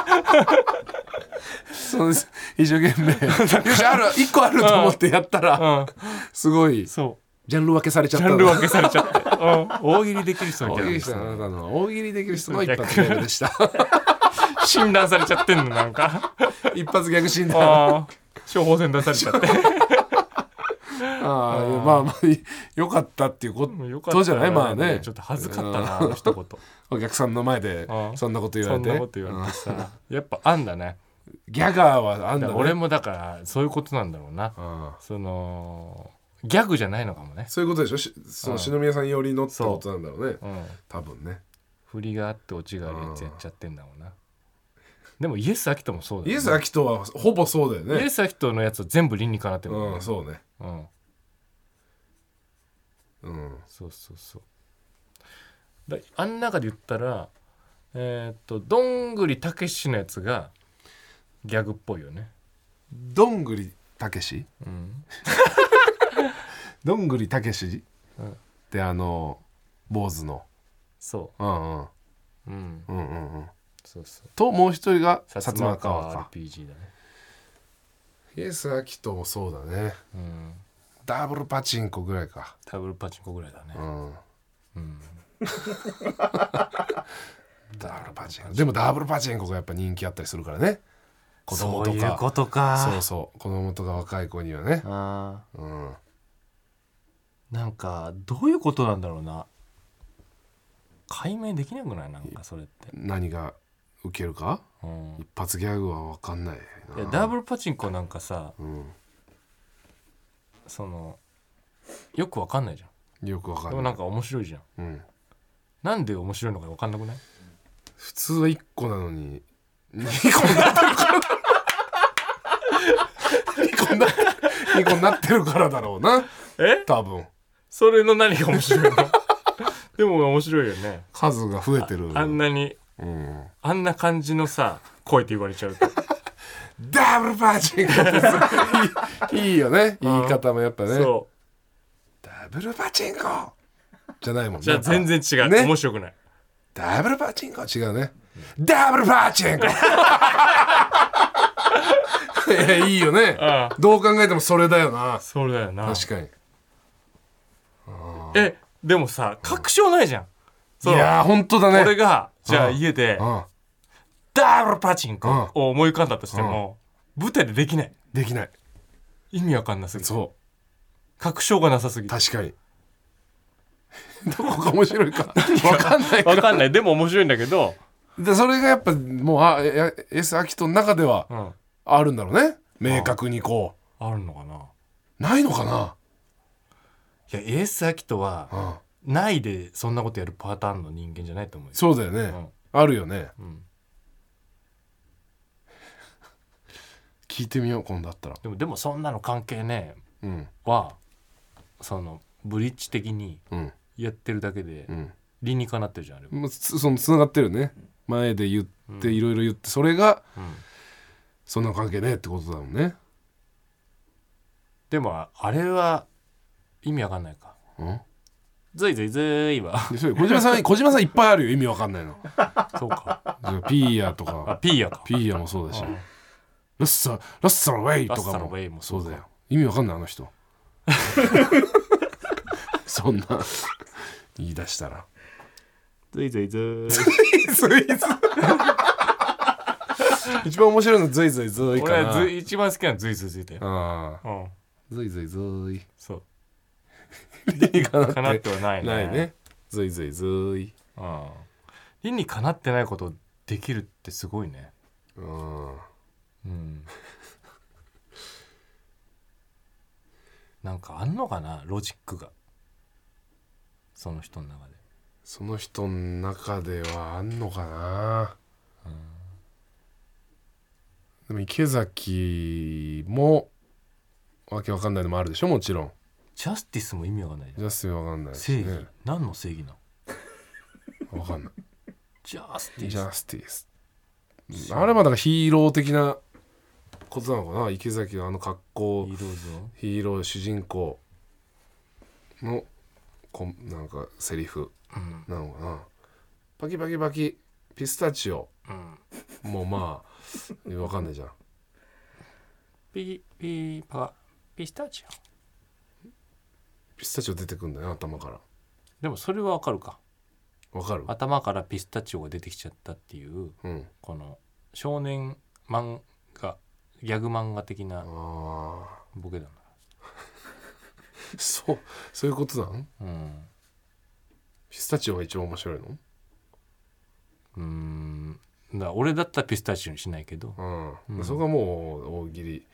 Speaker 3: そうです一生懸命よしある一個あると思ってやったら、すごい
Speaker 2: そ
Speaker 3: ジャンル分けされち
Speaker 2: う
Speaker 3: ゃっ
Speaker 2: ジ
Speaker 3: た
Speaker 2: ャ
Speaker 3: の
Speaker 2: ンル分けされちゃって、うん大喜利できる人のギ
Speaker 3: 大
Speaker 2: ャグで
Speaker 3: 喜利し
Speaker 2: す
Speaker 3: たあな
Speaker 2: ね
Speaker 3: たの大喜利できる人の一発ギャグでした
Speaker 2: 診断されちゃってんのなんか
Speaker 3: 一発ギャグ診断あ
Speaker 2: あー処方箋出されちゃ って
Speaker 3: あーまあまあいいよかったっていうこ
Speaker 2: もうよかった
Speaker 3: とじゃないまあね
Speaker 2: ちょっと恥ずかったなあの一言
Speaker 3: お客さんの前で
Speaker 2: うん
Speaker 3: そんなこと言わ
Speaker 2: そ
Speaker 3: れ
Speaker 2: ん
Speaker 3: て
Speaker 2: なこと言われてさやっぱあんだね
Speaker 3: うんギャガーはあん
Speaker 2: だか
Speaker 3: だ、ね、
Speaker 2: ら俺もだからそういうことなんだろうな
Speaker 3: うん
Speaker 2: そのギャグじゃないのかもね
Speaker 3: そういうことでしょしその篠宮さん寄りのってことなんだろうね
Speaker 2: うん
Speaker 3: 多分ね
Speaker 2: 振りがあってオチがあるやつやっちゃってんだもんなでもイエス・アキトもそうだ
Speaker 3: イ
Speaker 2: よ
Speaker 3: エス・アキトはほぼそうだよ
Speaker 2: イエ
Speaker 3: ね
Speaker 2: ス・アキトのやつは全部倫理かなってるもん
Speaker 3: う
Speaker 2: ね
Speaker 3: んそうね
Speaker 2: うん
Speaker 3: うん
Speaker 2: そうそうそうだあん中で言ったらえーっとどんぐりたけしのやつがギャグっぽいよね
Speaker 3: どんぐりたけし
Speaker 2: うん
Speaker 3: どんぐりたけし
Speaker 2: うん
Speaker 3: ってあの坊主の
Speaker 2: そ
Speaker 3: うんうん
Speaker 2: ううん
Speaker 3: うんうんうん
Speaker 2: そうそう
Speaker 3: ともう一人が薩
Speaker 2: 薩
Speaker 3: 摩
Speaker 2: 摩
Speaker 3: 川
Speaker 2: 川
Speaker 3: か
Speaker 2: RPG だね
Speaker 3: イエス・アキトもそうだね
Speaker 2: うん
Speaker 3: ダブルパチンコぐらいか
Speaker 2: ダブルパチンコぐらいだね
Speaker 3: うん
Speaker 2: うん
Speaker 3: ダブルパチンコでもダブルパチンコがやっぱ人気あったりするからね子供
Speaker 2: そ
Speaker 3: とか
Speaker 2: ういうことか
Speaker 3: そうそう子供とか若い子にはね
Speaker 2: あ
Speaker 3: うん
Speaker 2: ーなんかどういうことなんだろうな解明できなくないなんかそれって、
Speaker 3: 何が受けるか
Speaker 2: うん、
Speaker 3: 一発ギャグは分かんない
Speaker 2: い
Speaker 3: な
Speaker 2: やダブルパチンコなんかさ
Speaker 3: うん
Speaker 2: そのよくわかんないじゃ
Speaker 3: よく分
Speaker 2: ん
Speaker 3: か
Speaker 2: でも
Speaker 3: ん
Speaker 2: な
Speaker 3: なんい
Speaker 2: か面白いじゃん
Speaker 3: うん
Speaker 2: なんで面白いのかわかんなくない
Speaker 3: 普通は1個なのに2個になって るから2個になってるからだろうな
Speaker 2: え
Speaker 3: 多分
Speaker 2: それの何が面白いのでも面白いよね
Speaker 3: 数が増えてる
Speaker 2: あんなに
Speaker 3: うん
Speaker 2: あんな感じのさ声って言われちゃうと
Speaker 3: ダブルパチンコってさいいいいよね言い方もやっぱね
Speaker 2: そう
Speaker 3: ダブルパチンコじゃないもんね
Speaker 2: じゃあ全然違う、
Speaker 3: ね
Speaker 2: 面白くない
Speaker 3: ダブルパチンコ違うねダブルパチンコいやいいよね
Speaker 2: ああ
Speaker 3: どう考えてもそれだよな
Speaker 2: そうだよな
Speaker 3: 確かに
Speaker 2: えでもさ確証ないじゃん
Speaker 3: い
Speaker 2: その
Speaker 3: やー本当だね
Speaker 2: 俺がじゃあ
Speaker 3: うん
Speaker 2: 家で
Speaker 3: うん
Speaker 2: ダブルパチン
Speaker 3: うん
Speaker 2: コを思い浮かんだとしても舞台でできない
Speaker 3: できない
Speaker 2: 意味わかんなすぎて
Speaker 3: そ
Speaker 2: 確証がなさすぎ
Speaker 3: う
Speaker 2: て
Speaker 3: 確かに どこが面白いか分かんないか
Speaker 2: わ
Speaker 3: ら
Speaker 2: かんないでも面白いんだけど
Speaker 3: でそれがやっぱもうあえや S アキトの中では
Speaker 2: うん
Speaker 3: あるんだろうね明確にこ
Speaker 2: あるのかな
Speaker 3: うないのかない
Speaker 2: やエースアキトは
Speaker 3: うん
Speaker 2: ないでそんなことやるパターンの人間じゃないと思うよ
Speaker 3: そうだよねあるよね
Speaker 2: うんうん
Speaker 3: 聞いてみよう今度あったら
Speaker 2: でもでもそんなの関係ねえ
Speaker 3: うん
Speaker 2: はそのブリッジ的に
Speaker 3: うん
Speaker 2: やってるだけで
Speaker 3: うん
Speaker 2: 理にかなってるじゃんあれは
Speaker 3: もうつそのつながってるよね前で言っていろいろ言ってそれが
Speaker 2: うん
Speaker 3: そんな関係ねえってことだもんね
Speaker 2: でもああれは意味わかんないか
Speaker 3: うん
Speaker 2: ずいずいずいは
Speaker 3: でそれ小島さん小島さんいっぱいあるよ意味わかんないの
Speaker 2: そうか
Speaker 3: そうピーヤと
Speaker 2: あ
Speaker 3: か
Speaker 2: ピーヤか
Speaker 3: ピーヤもそうだし
Speaker 2: うん
Speaker 3: ラッサラッサのウェイと
Speaker 2: ラッサ
Speaker 3: か
Speaker 2: の
Speaker 3: も
Speaker 2: ウェイもそ
Speaker 3: そうう
Speaker 2: か
Speaker 3: だよ意味わかんないあ の人そんな言い出したら
Speaker 2: ずいずいずーい
Speaker 3: 一番面白いのズイズイズイ
Speaker 2: 俺
Speaker 3: か
Speaker 2: は
Speaker 3: な
Speaker 2: ず一番好きなのずいずいずいだよ
Speaker 3: ああ
Speaker 2: うん
Speaker 3: ズイズイズイ
Speaker 2: そう
Speaker 3: 理にか
Speaker 2: かなってはないね
Speaker 3: ないねズイズイズイ
Speaker 2: うん理にかなってないことをできるってすごいね
Speaker 3: うん
Speaker 2: うん なんかあんのかなロジックがその人の中で
Speaker 3: その人の中ではあんのかな、でも池崎もわけわかんないのもあるでしょもちろん
Speaker 2: ジャスティスも意味わかんないじゃん
Speaker 3: ジャスティンわかんないし
Speaker 2: 正義、
Speaker 3: ね
Speaker 2: 何の正義なの
Speaker 3: わかんない
Speaker 2: ジャスティ
Speaker 3: ジ
Speaker 2: ス
Speaker 3: ャスティスあれはだからヒーロー的なことなのかな池崎のあの格
Speaker 2: ヒ
Speaker 3: 好
Speaker 2: ーローズの
Speaker 3: ヒーロー主人公のこんなんかセリフ
Speaker 2: うん
Speaker 3: なのかなパキパキパキピスタチオ
Speaker 2: うん
Speaker 3: もうまあわかんないじゃん
Speaker 2: ピーピーパピスタチオ
Speaker 3: ピスタチオ出てくんだよ頭から
Speaker 2: でもそれはわかるか
Speaker 3: わかる
Speaker 2: 頭からピスタチオが出てきちゃったっていう
Speaker 3: うん
Speaker 2: この少年漫画ギャグ漫画的な
Speaker 3: あ
Speaker 2: ボケだ
Speaker 3: ーそうそういうことなの
Speaker 2: なうん
Speaker 3: ピスタチオが一番面白いの
Speaker 2: うーんだから俺だったらピスタチオにしないけど
Speaker 3: うん、
Speaker 2: うん
Speaker 3: そこはもう大喜利、
Speaker 2: うん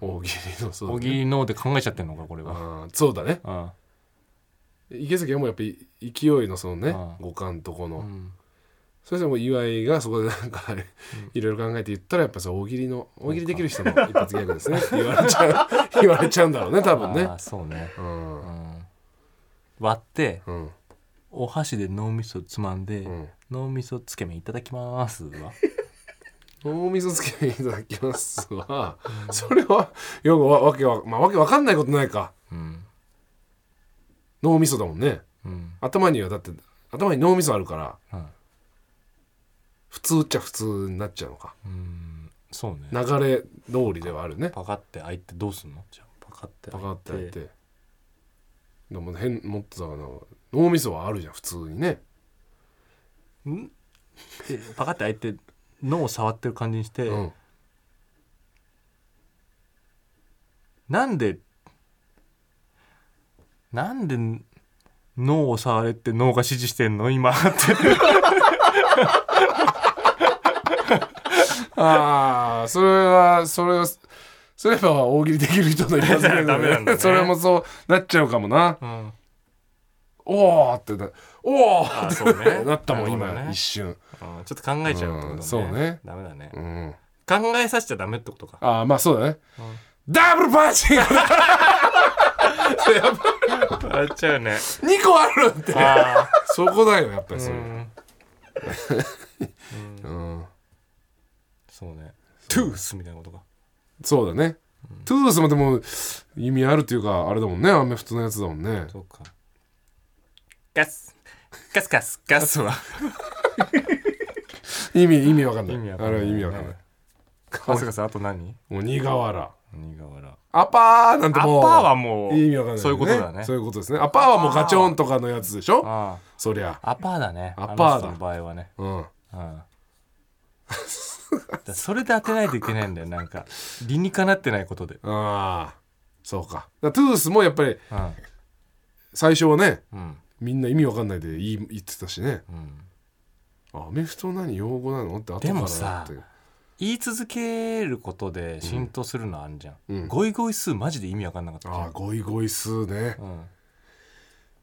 Speaker 3: 大喜利のそうだ
Speaker 2: 小
Speaker 3: ね
Speaker 2: 木ので考えちゃってんのかこれは
Speaker 3: あーそうだね
Speaker 2: あ
Speaker 3: 池崎はもうやっぱり勢いのそのね
Speaker 2: ああ
Speaker 3: 五感とこ
Speaker 2: あ
Speaker 3: の、
Speaker 2: うん
Speaker 3: それでもう岩井がそこでなんかいろいろ考えて言ったらやっぱそう大喜利の大喜利できる人の一発ギャグですね って言われちゃう言われちゃうんだろうね多分ね
Speaker 2: あーそうね
Speaker 3: うん
Speaker 2: う
Speaker 3: うん
Speaker 2: ん割って
Speaker 3: うん
Speaker 2: お箸で脳みそつまんで、
Speaker 3: うん
Speaker 2: 脳みそつけ麺いただきますは
Speaker 3: 大味噌つけ麺いただきますは それはよくわわけわ,、まあ、わけわかんないことないか
Speaker 2: うん
Speaker 3: 脳みそだもんね
Speaker 2: うん
Speaker 3: 頭にはだって頭に脳みそあるから
Speaker 2: うん
Speaker 3: 普通っちゃ普通になっちゃうのか
Speaker 2: うんそうね
Speaker 3: 流れ通りではあるね
Speaker 2: パカって開いてどうすんのじゃあパカって
Speaker 3: パ
Speaker 2: 開い
Speaker 3: カって開いてでも変もっとだから脳みそはあるじゃん普通にね
Speaker 2: ん えパカって開いて脳を触ってる感じにして、
Speaker 3: うん
Speaker 2: なんでなんで脳を触れって脳が指示してんの今って
Speaker 3: ああそれはそれをそれは大喜利できる人の一発ギャグ
Speaker 2: ダメなんだね
Speaker 3: それもそうなっちゃうかもな
Speaker 2: うん
Speaker 3: おおってなおお
Speaker 2: あそうね
Speaker 3: なったもん
Speaker 2: なる
Speaker 3: 今
Speaker 2: ほどね
Speaker 3: 一瞬
Speaker 2: うん ちょっと考えちゃうってこと
Speaker 3: う
Speaker 2: ね
Speaker 3: んそうね
Speaker 2: ダメだね
Speaker 3: うん
Speaker 2: 考えさせちゃダメってことか
Speaker 3: ああまあそうだねダブルパチン コだ
Speaker 2: あっちゃうね
Speaker 3: 2個あるって
Speaker 2: あ
Speaker 3: そこだよやっぱ
Speaker 2: あ
Speaker 3: り
Speaker 2: う
Speaker 3: それ
Speaker 2: ん
Speaker 3: うん
Speaker 2: そうねトゥースみたいなことか
Speaker 3: そうだねトゥースもでも意味あるというかあれだもんねアメフトのやつだもんね
Speaker 2: そうかガスガスガスガスは
Speaker 3: 意味意味わかんない
Speaker 2: 意味わかん
Speaker 3: あ
Speaker 2: ない
Speaker 3: れは意味わかんない
Speaker 2: 春日さんあと何
Speaker 3: 鬼瓦
Speaker 2: 鬼瓦
Speaker 3: アパーなんて
Speaker 2: アパ
Speaker 3: もう
Speaker 2: ーはもう
Speaker 3: 意味わかんないよね、
Speaker 2: そういうことだね
Speaker 3: そういうことですねアパーはもうガチョンとかのやつでしょ
Speaker 2: あ
Speaker 3: そりゃ
Speaker 2: あアパーだね
Speaker 3: アパーだ
Speaker 2: あの人の場合はね
Speaker 3: うん
Speaker 2: うん だからそれで当てないといけないんだよなんか理にかなってないことで
Speaker 3: ああそうかだからトゥースもやっぱり
Speaker 2: うん
Speaker 3: 最初はね
Speaker 2: うん
Speaker 3: みんな意味わかんないで言い言ってたしね
Speaker 2: うん
Speaker 3: あアメフト何用語なのって後から
Speaker 2: でもさ
Speaker 3: だって
Speaker 2: 言い続けることで浸透するのあんじゃん、
Speaker 3: うん
Speaker 2: ゴイゴイ数マジで意味わかんなかったじゃ
Speaker 3: ああ
Speaker 2: ん
Speaker 3: ゴイゴイスーね
Speaker 2: うん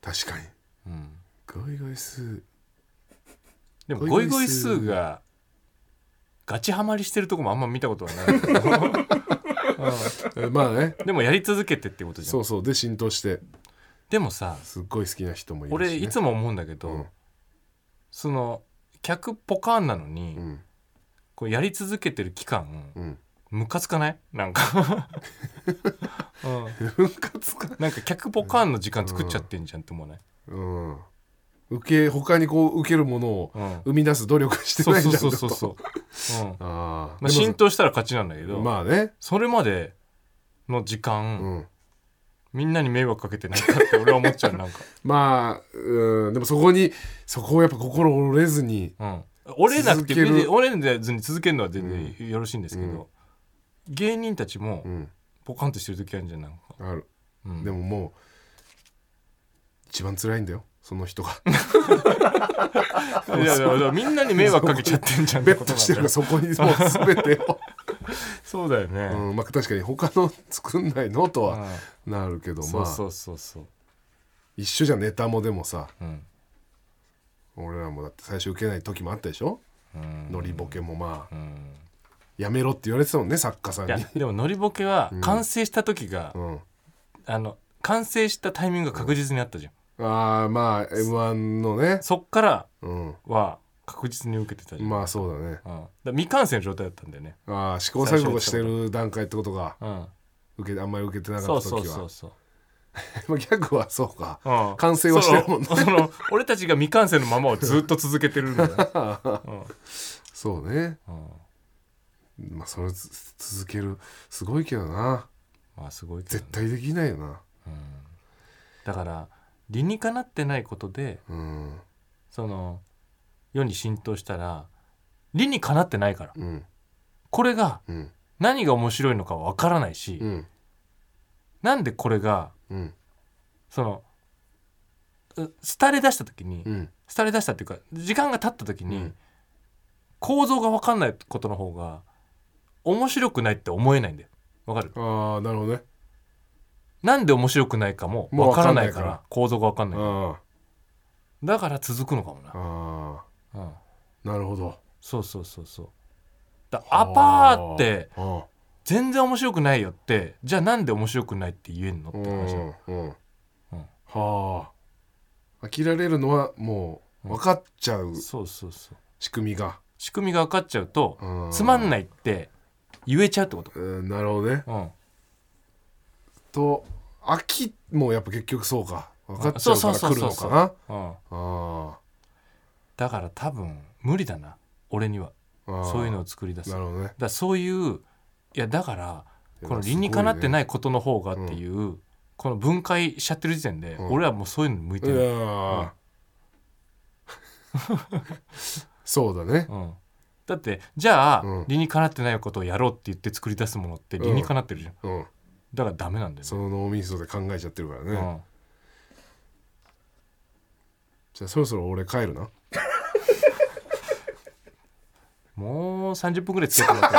Speaker 3: 確かに
Speaker 2: うん、
Speaker 3: ゴイゴイスー
Speaker 2: でも
Speaker 3: ゴ
Speaker 2: ゴ
Speaker 3: イ
Speaker 2: イ
Speaker 3: ゴ
Speaker 2: ゴ
Speaker 3: イ
Speaker 2: イ
Speaker 3: ス
Speaker 2: ス
Speaker 3: ー
Speaker 2: ーがガチハマりしてるとこもあんま見たことはないけど うん
Speaker 3: えまあね
Speaker 2: でもやり続けてってことじゃ
Speaker 3: そ
Speaker 2: ん
Speaker 3: うそうで浸透して
Speaker 2: でもさ
Speaker 3: すっごい好きな人もいるし、ね、
Speaker 2: 俺いつも思うんだけど、
Speaker 3: うん
Speaker 2: その客ポカーンなのに、
Speaker 3: うん
Speaker 2: こうやり続けてる期間
Speaker 3: うん
Speaker 2: ムカつかないなんか、 うん、
Speaker 3: 分割か
Speaker 2: なんか客ポカーンの時間作っちゃってんじゃんって思わない、
Speaker 3: うん受け他にこう受けるものを
Speaker 2: うん
Speaker 3: 生み出す努力して
Speaker 2: そ
Speaker 3: な
Speaker 2: う
Speaker 3: いじゃん
Speaker 2: そうそう
Speaker 3: ちょっ
Speaker 2: そ
Speaker 3: と
Speaker 2: うそう、うん
Speaker 3: ああ
Speaker 2: まあ、浸透したら勝ちなんだけど、
Speaker 3: まあね
Speaker 2: それまでの時間、
Speaker 3: うん
Speaker 2: みんなに迷惑かけてないかって俺は思っちゃうなんか、
Speaker 3: まあうんでもそこにそこをやっぱ心折れずに
Speaker 2: うん、折れなくて
Speaker 3: 続ける
Speaker 2: 別に折れずに続けるのは全然よろしいんですけど、芸人たちも
Speaker 3: うん
Speaker 2: ポカンとしてる時あるじゃんなんか、
Speaker 3: ある
Speaker 2: うん
Speaker 3: でももう一番辛いんだよその人が
Speaker 2: いやいやいやみんなに迷惑かけちゃってんじゃん
Speaker 3: ベットしてるの
Speaker 2: そ
Speaker 3: そこにもう全て を、
Speaker 2: そうだよね、
Speaker 3: うんまあ、確かに他の作んないのと
Speaker 2: う
Speaker 3: は
Speaker 2: ん
Speaker 3: なるけど、
Speaker 2: そ
Speaker 3: ま
Speaker 2: う
Speaker 3: あ
Speaker 2: そうそうそう、
Speaker 3: 一緒じゃんネタもでもさ
Speaker 2: うん
Speaker 3: 俺らもだって最初受けない時もあったでしょ
Speaker 2: うん
Speaker 3: ノリボケもまあ
Speaker 2: うん
Speaker 3: やめろって言われてたもんね作家さん
Speaker 2: い
Speaker 3: に
Speaker 2: やでもノリボケは完成した時が、
Speaker 3: うん
Speaker 2: あの完成したタイミングが確実にあったじゃん、
Speaker 3: ああまあ m 1のね
Speaker 2: そっから
Speaker 3: うん
Speaker 2: は確実に受けてたじゃん、
Speaker 3: まあそうだね
Speaker 2: うん、だから未完成の状態だったんだよね、
Speaker 3: ああ試行錯誤してる段階ってことが
Speaker 2: うん、
Speaker 3: 受けあんまり受けてなか
Speaker 2: そ
Speaker 3: っ
Speaker 2: う
Speaker 3: た
Speaker 2: そう
Speaker 3: 時
Speaker 2: そ
Speaker 3: は
Speaker 2: うそう、
Speaker 3: まあ ギャグはそうか
Speaker 2: うん、
Speaker 3: 完成はしてるもんね
Speaker 2: そのその俺たちが未完成のままをずっと続けてるんだよ、
Speaker 3: そうね
Speaker 2: うんうん、
Speaker 3: まあそれつ続けるすごいけどな
Speaker 2: まあすごいけど
Speaker 3: 絶
Speaker 2: ね
Speaker 3: 対できないよな
Speaker 2: だから理にかなってないことで
Speaker 3: うん
Speaker 2: その世に浸透したら理にかなってないから
Speaker 3: うん
Speaker 2: これが
Speaker 3: うん
Speaker 2: 何が面白いのかわからないし、
Speaker 3: うん
Speaker 2: なんでこれが
Speaker 3: うん
Speaker 2: そのう廃れ出した時に、
Speaker 3: うん
Speaker 2: 廃れ出したっていうか時間が経った時に、
Speaker 3: うん
Speaker 2: 構造が分かんないことの方が面白くないって思えないんだよわかる
Speaker 3: ああなるほどね
Speaker 2: なんで面白くないかも分
Speaker 3: もう分
Speaker 2: か
Speaker 3: から
Speaker 2: ら
Speaker 3: な
Speaker 2: ないい
Speaker 3: か
Speaker 2: からら構造が分かんないから
Speaker 3: あ
Speaker 2: だから続くのかもな
Speaker 3: あ、あ
Speaker 2: うん、
Speaker 3: あなるほど
Speaker 2: そうそうそうそうだアパーって
Speaker 3: あ
Speaker 2: 全然面白くないよってじゃあなんで面白くないって言えんのっ
Speaker 3: あう
Speaker 2: て話
Speaker 3: んうん
Speaker 2: うん
Speaker 3: はあ飽きられるのはもう分かっちゃう
Speaker 2: そうそうそう
Speaker 3: 仕組みが
Speaker 2: 仕組みが分かっちゃうと
Speaker 3: うん
Speaker 2: つまんないって言えちゃうってこと
Speaker 3: うんなるほどね
Speaker 2: うん
Speaker 3: と飽きもやっぱ結局そうか分かっちゃ
Speaker 2: そう
Speaker 3: うか
Speaker 2: そうそ
Speaker 3: ら
Speaker 2: う
Speaker 3: 来る
Speaker 2: そう
Speaker 3: の
Speaker 2: そ
Speaker 3: か
Speaker 2: う
Speaker 3: な
Speaker 2: うん
Speaker 3: あ
Speaker 2: だから多分無理だな俺には
Speaker 3: あああ
Speaker 2: そういうのを作り出す
Speaker 3: なる
Speaker 2: だか
Speaker 3: ほどね
Speaker 2: らそういういやだから
Speaker 3: いや
Speaker 2: この理にかなってないいことの方がっていう、この分解しちゃってる時点で、
Speaker 3: うん
Speaker 2: 俺はもうそういうのに向い
Speaker 3: す
Speaker 2: て
Speaker 3: ごい
Speaker 2: ない、
Speaker 3: ね
Speaker 2: う
Speaker 3: い
Speaker 2: ん
Speaker 3: や ーそうだね
Speaker 2: だってじゃあ、
Speaker 3: うん
Speaker 2: 理にかなってないことをやろうって言って作り出すものって理にかなってるじゃん、
Speaker 3: うん
Speaker 2: だからダメなんだよ
Speaker 3: そ
Speaker 2: ね
Speaker 3: の脳みそで考えちゃってるからね、
Speaker 2: うん
Speaker 3: じゃあそろそろ俺帰るな
Speaker 2: もう30分ぐらいつけてもらっ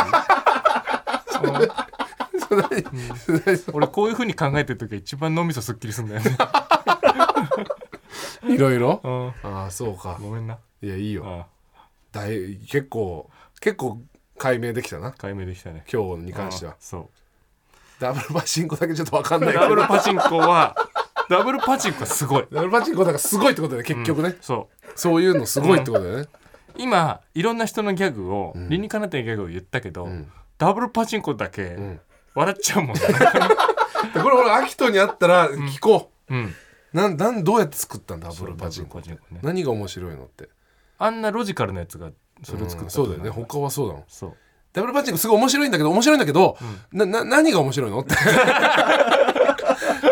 Speaker 2: て もいいうん俺こういうふうに考えてる時が一番脳みそすっきりすんだよね、
Speaker 3: いろいろ
Speaker 2: うん、
Speaker 3: ああそうか
Speaker 2: ごめんない
Speaker 3: やいいよ、
Speaker 2: あ
Speaker 3: だい結構結構解明できたな
Speaker 2: 解明できたね
Speaker 3: 今日に関して
Speaker 2: あ
Speaker 3: は
Speaker 2: そう
Speaker 3: ダブルパチンコだけちょっと分かんないけ
Speaker 2: ダ
Speaker 3: ど
Speaker 2: ブルパチンコはダブルパチンコはすごい
Speaker 3: ダブルパチンコだからすごいってことだよ ね結局ね、
Speaker 2: そう
Speaker 3: そういうのすごいってことだよね、
Speaker 2: 今いろんな人のギャグを、理にかなってないギャグを言ったけど、
Speaker 3: ん
Speaker 2: ダブルパチンコだけ
Speaker 3: ん
Speaker 2: 笑っちゃうもん ね、
Speaker 3: でこれ俺アキトに会ったら聞こ
Speaker 2: うん
Speaker 3: う、なん、なんどうやって作ったんだダブルパチンコ
Speaker 2: ダブルパチンコね
Speaker 3: 何が面白いのって
Speaker 2: あんなロジカルなやつがそれを作った
Speaker 3: そうだよね他はそうだもん
Speaker 2: そう
Speaker 3: ダブルパンチングすごい面白いんだけど面白いんだけど、なな何が面白 いのってっ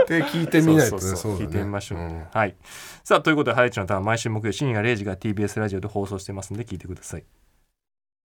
Speaker 3: て聞いてみないとね
Speaker 2: そうそうそう
Speaker 3: だね
Speaker 2: 聞いてみましょう、
Speaker 3: ん
Speaker 2: はいさあということで「ハライチのターン」毎週木曜深夜0時が TBS ラジオで放送してますんで聞いてください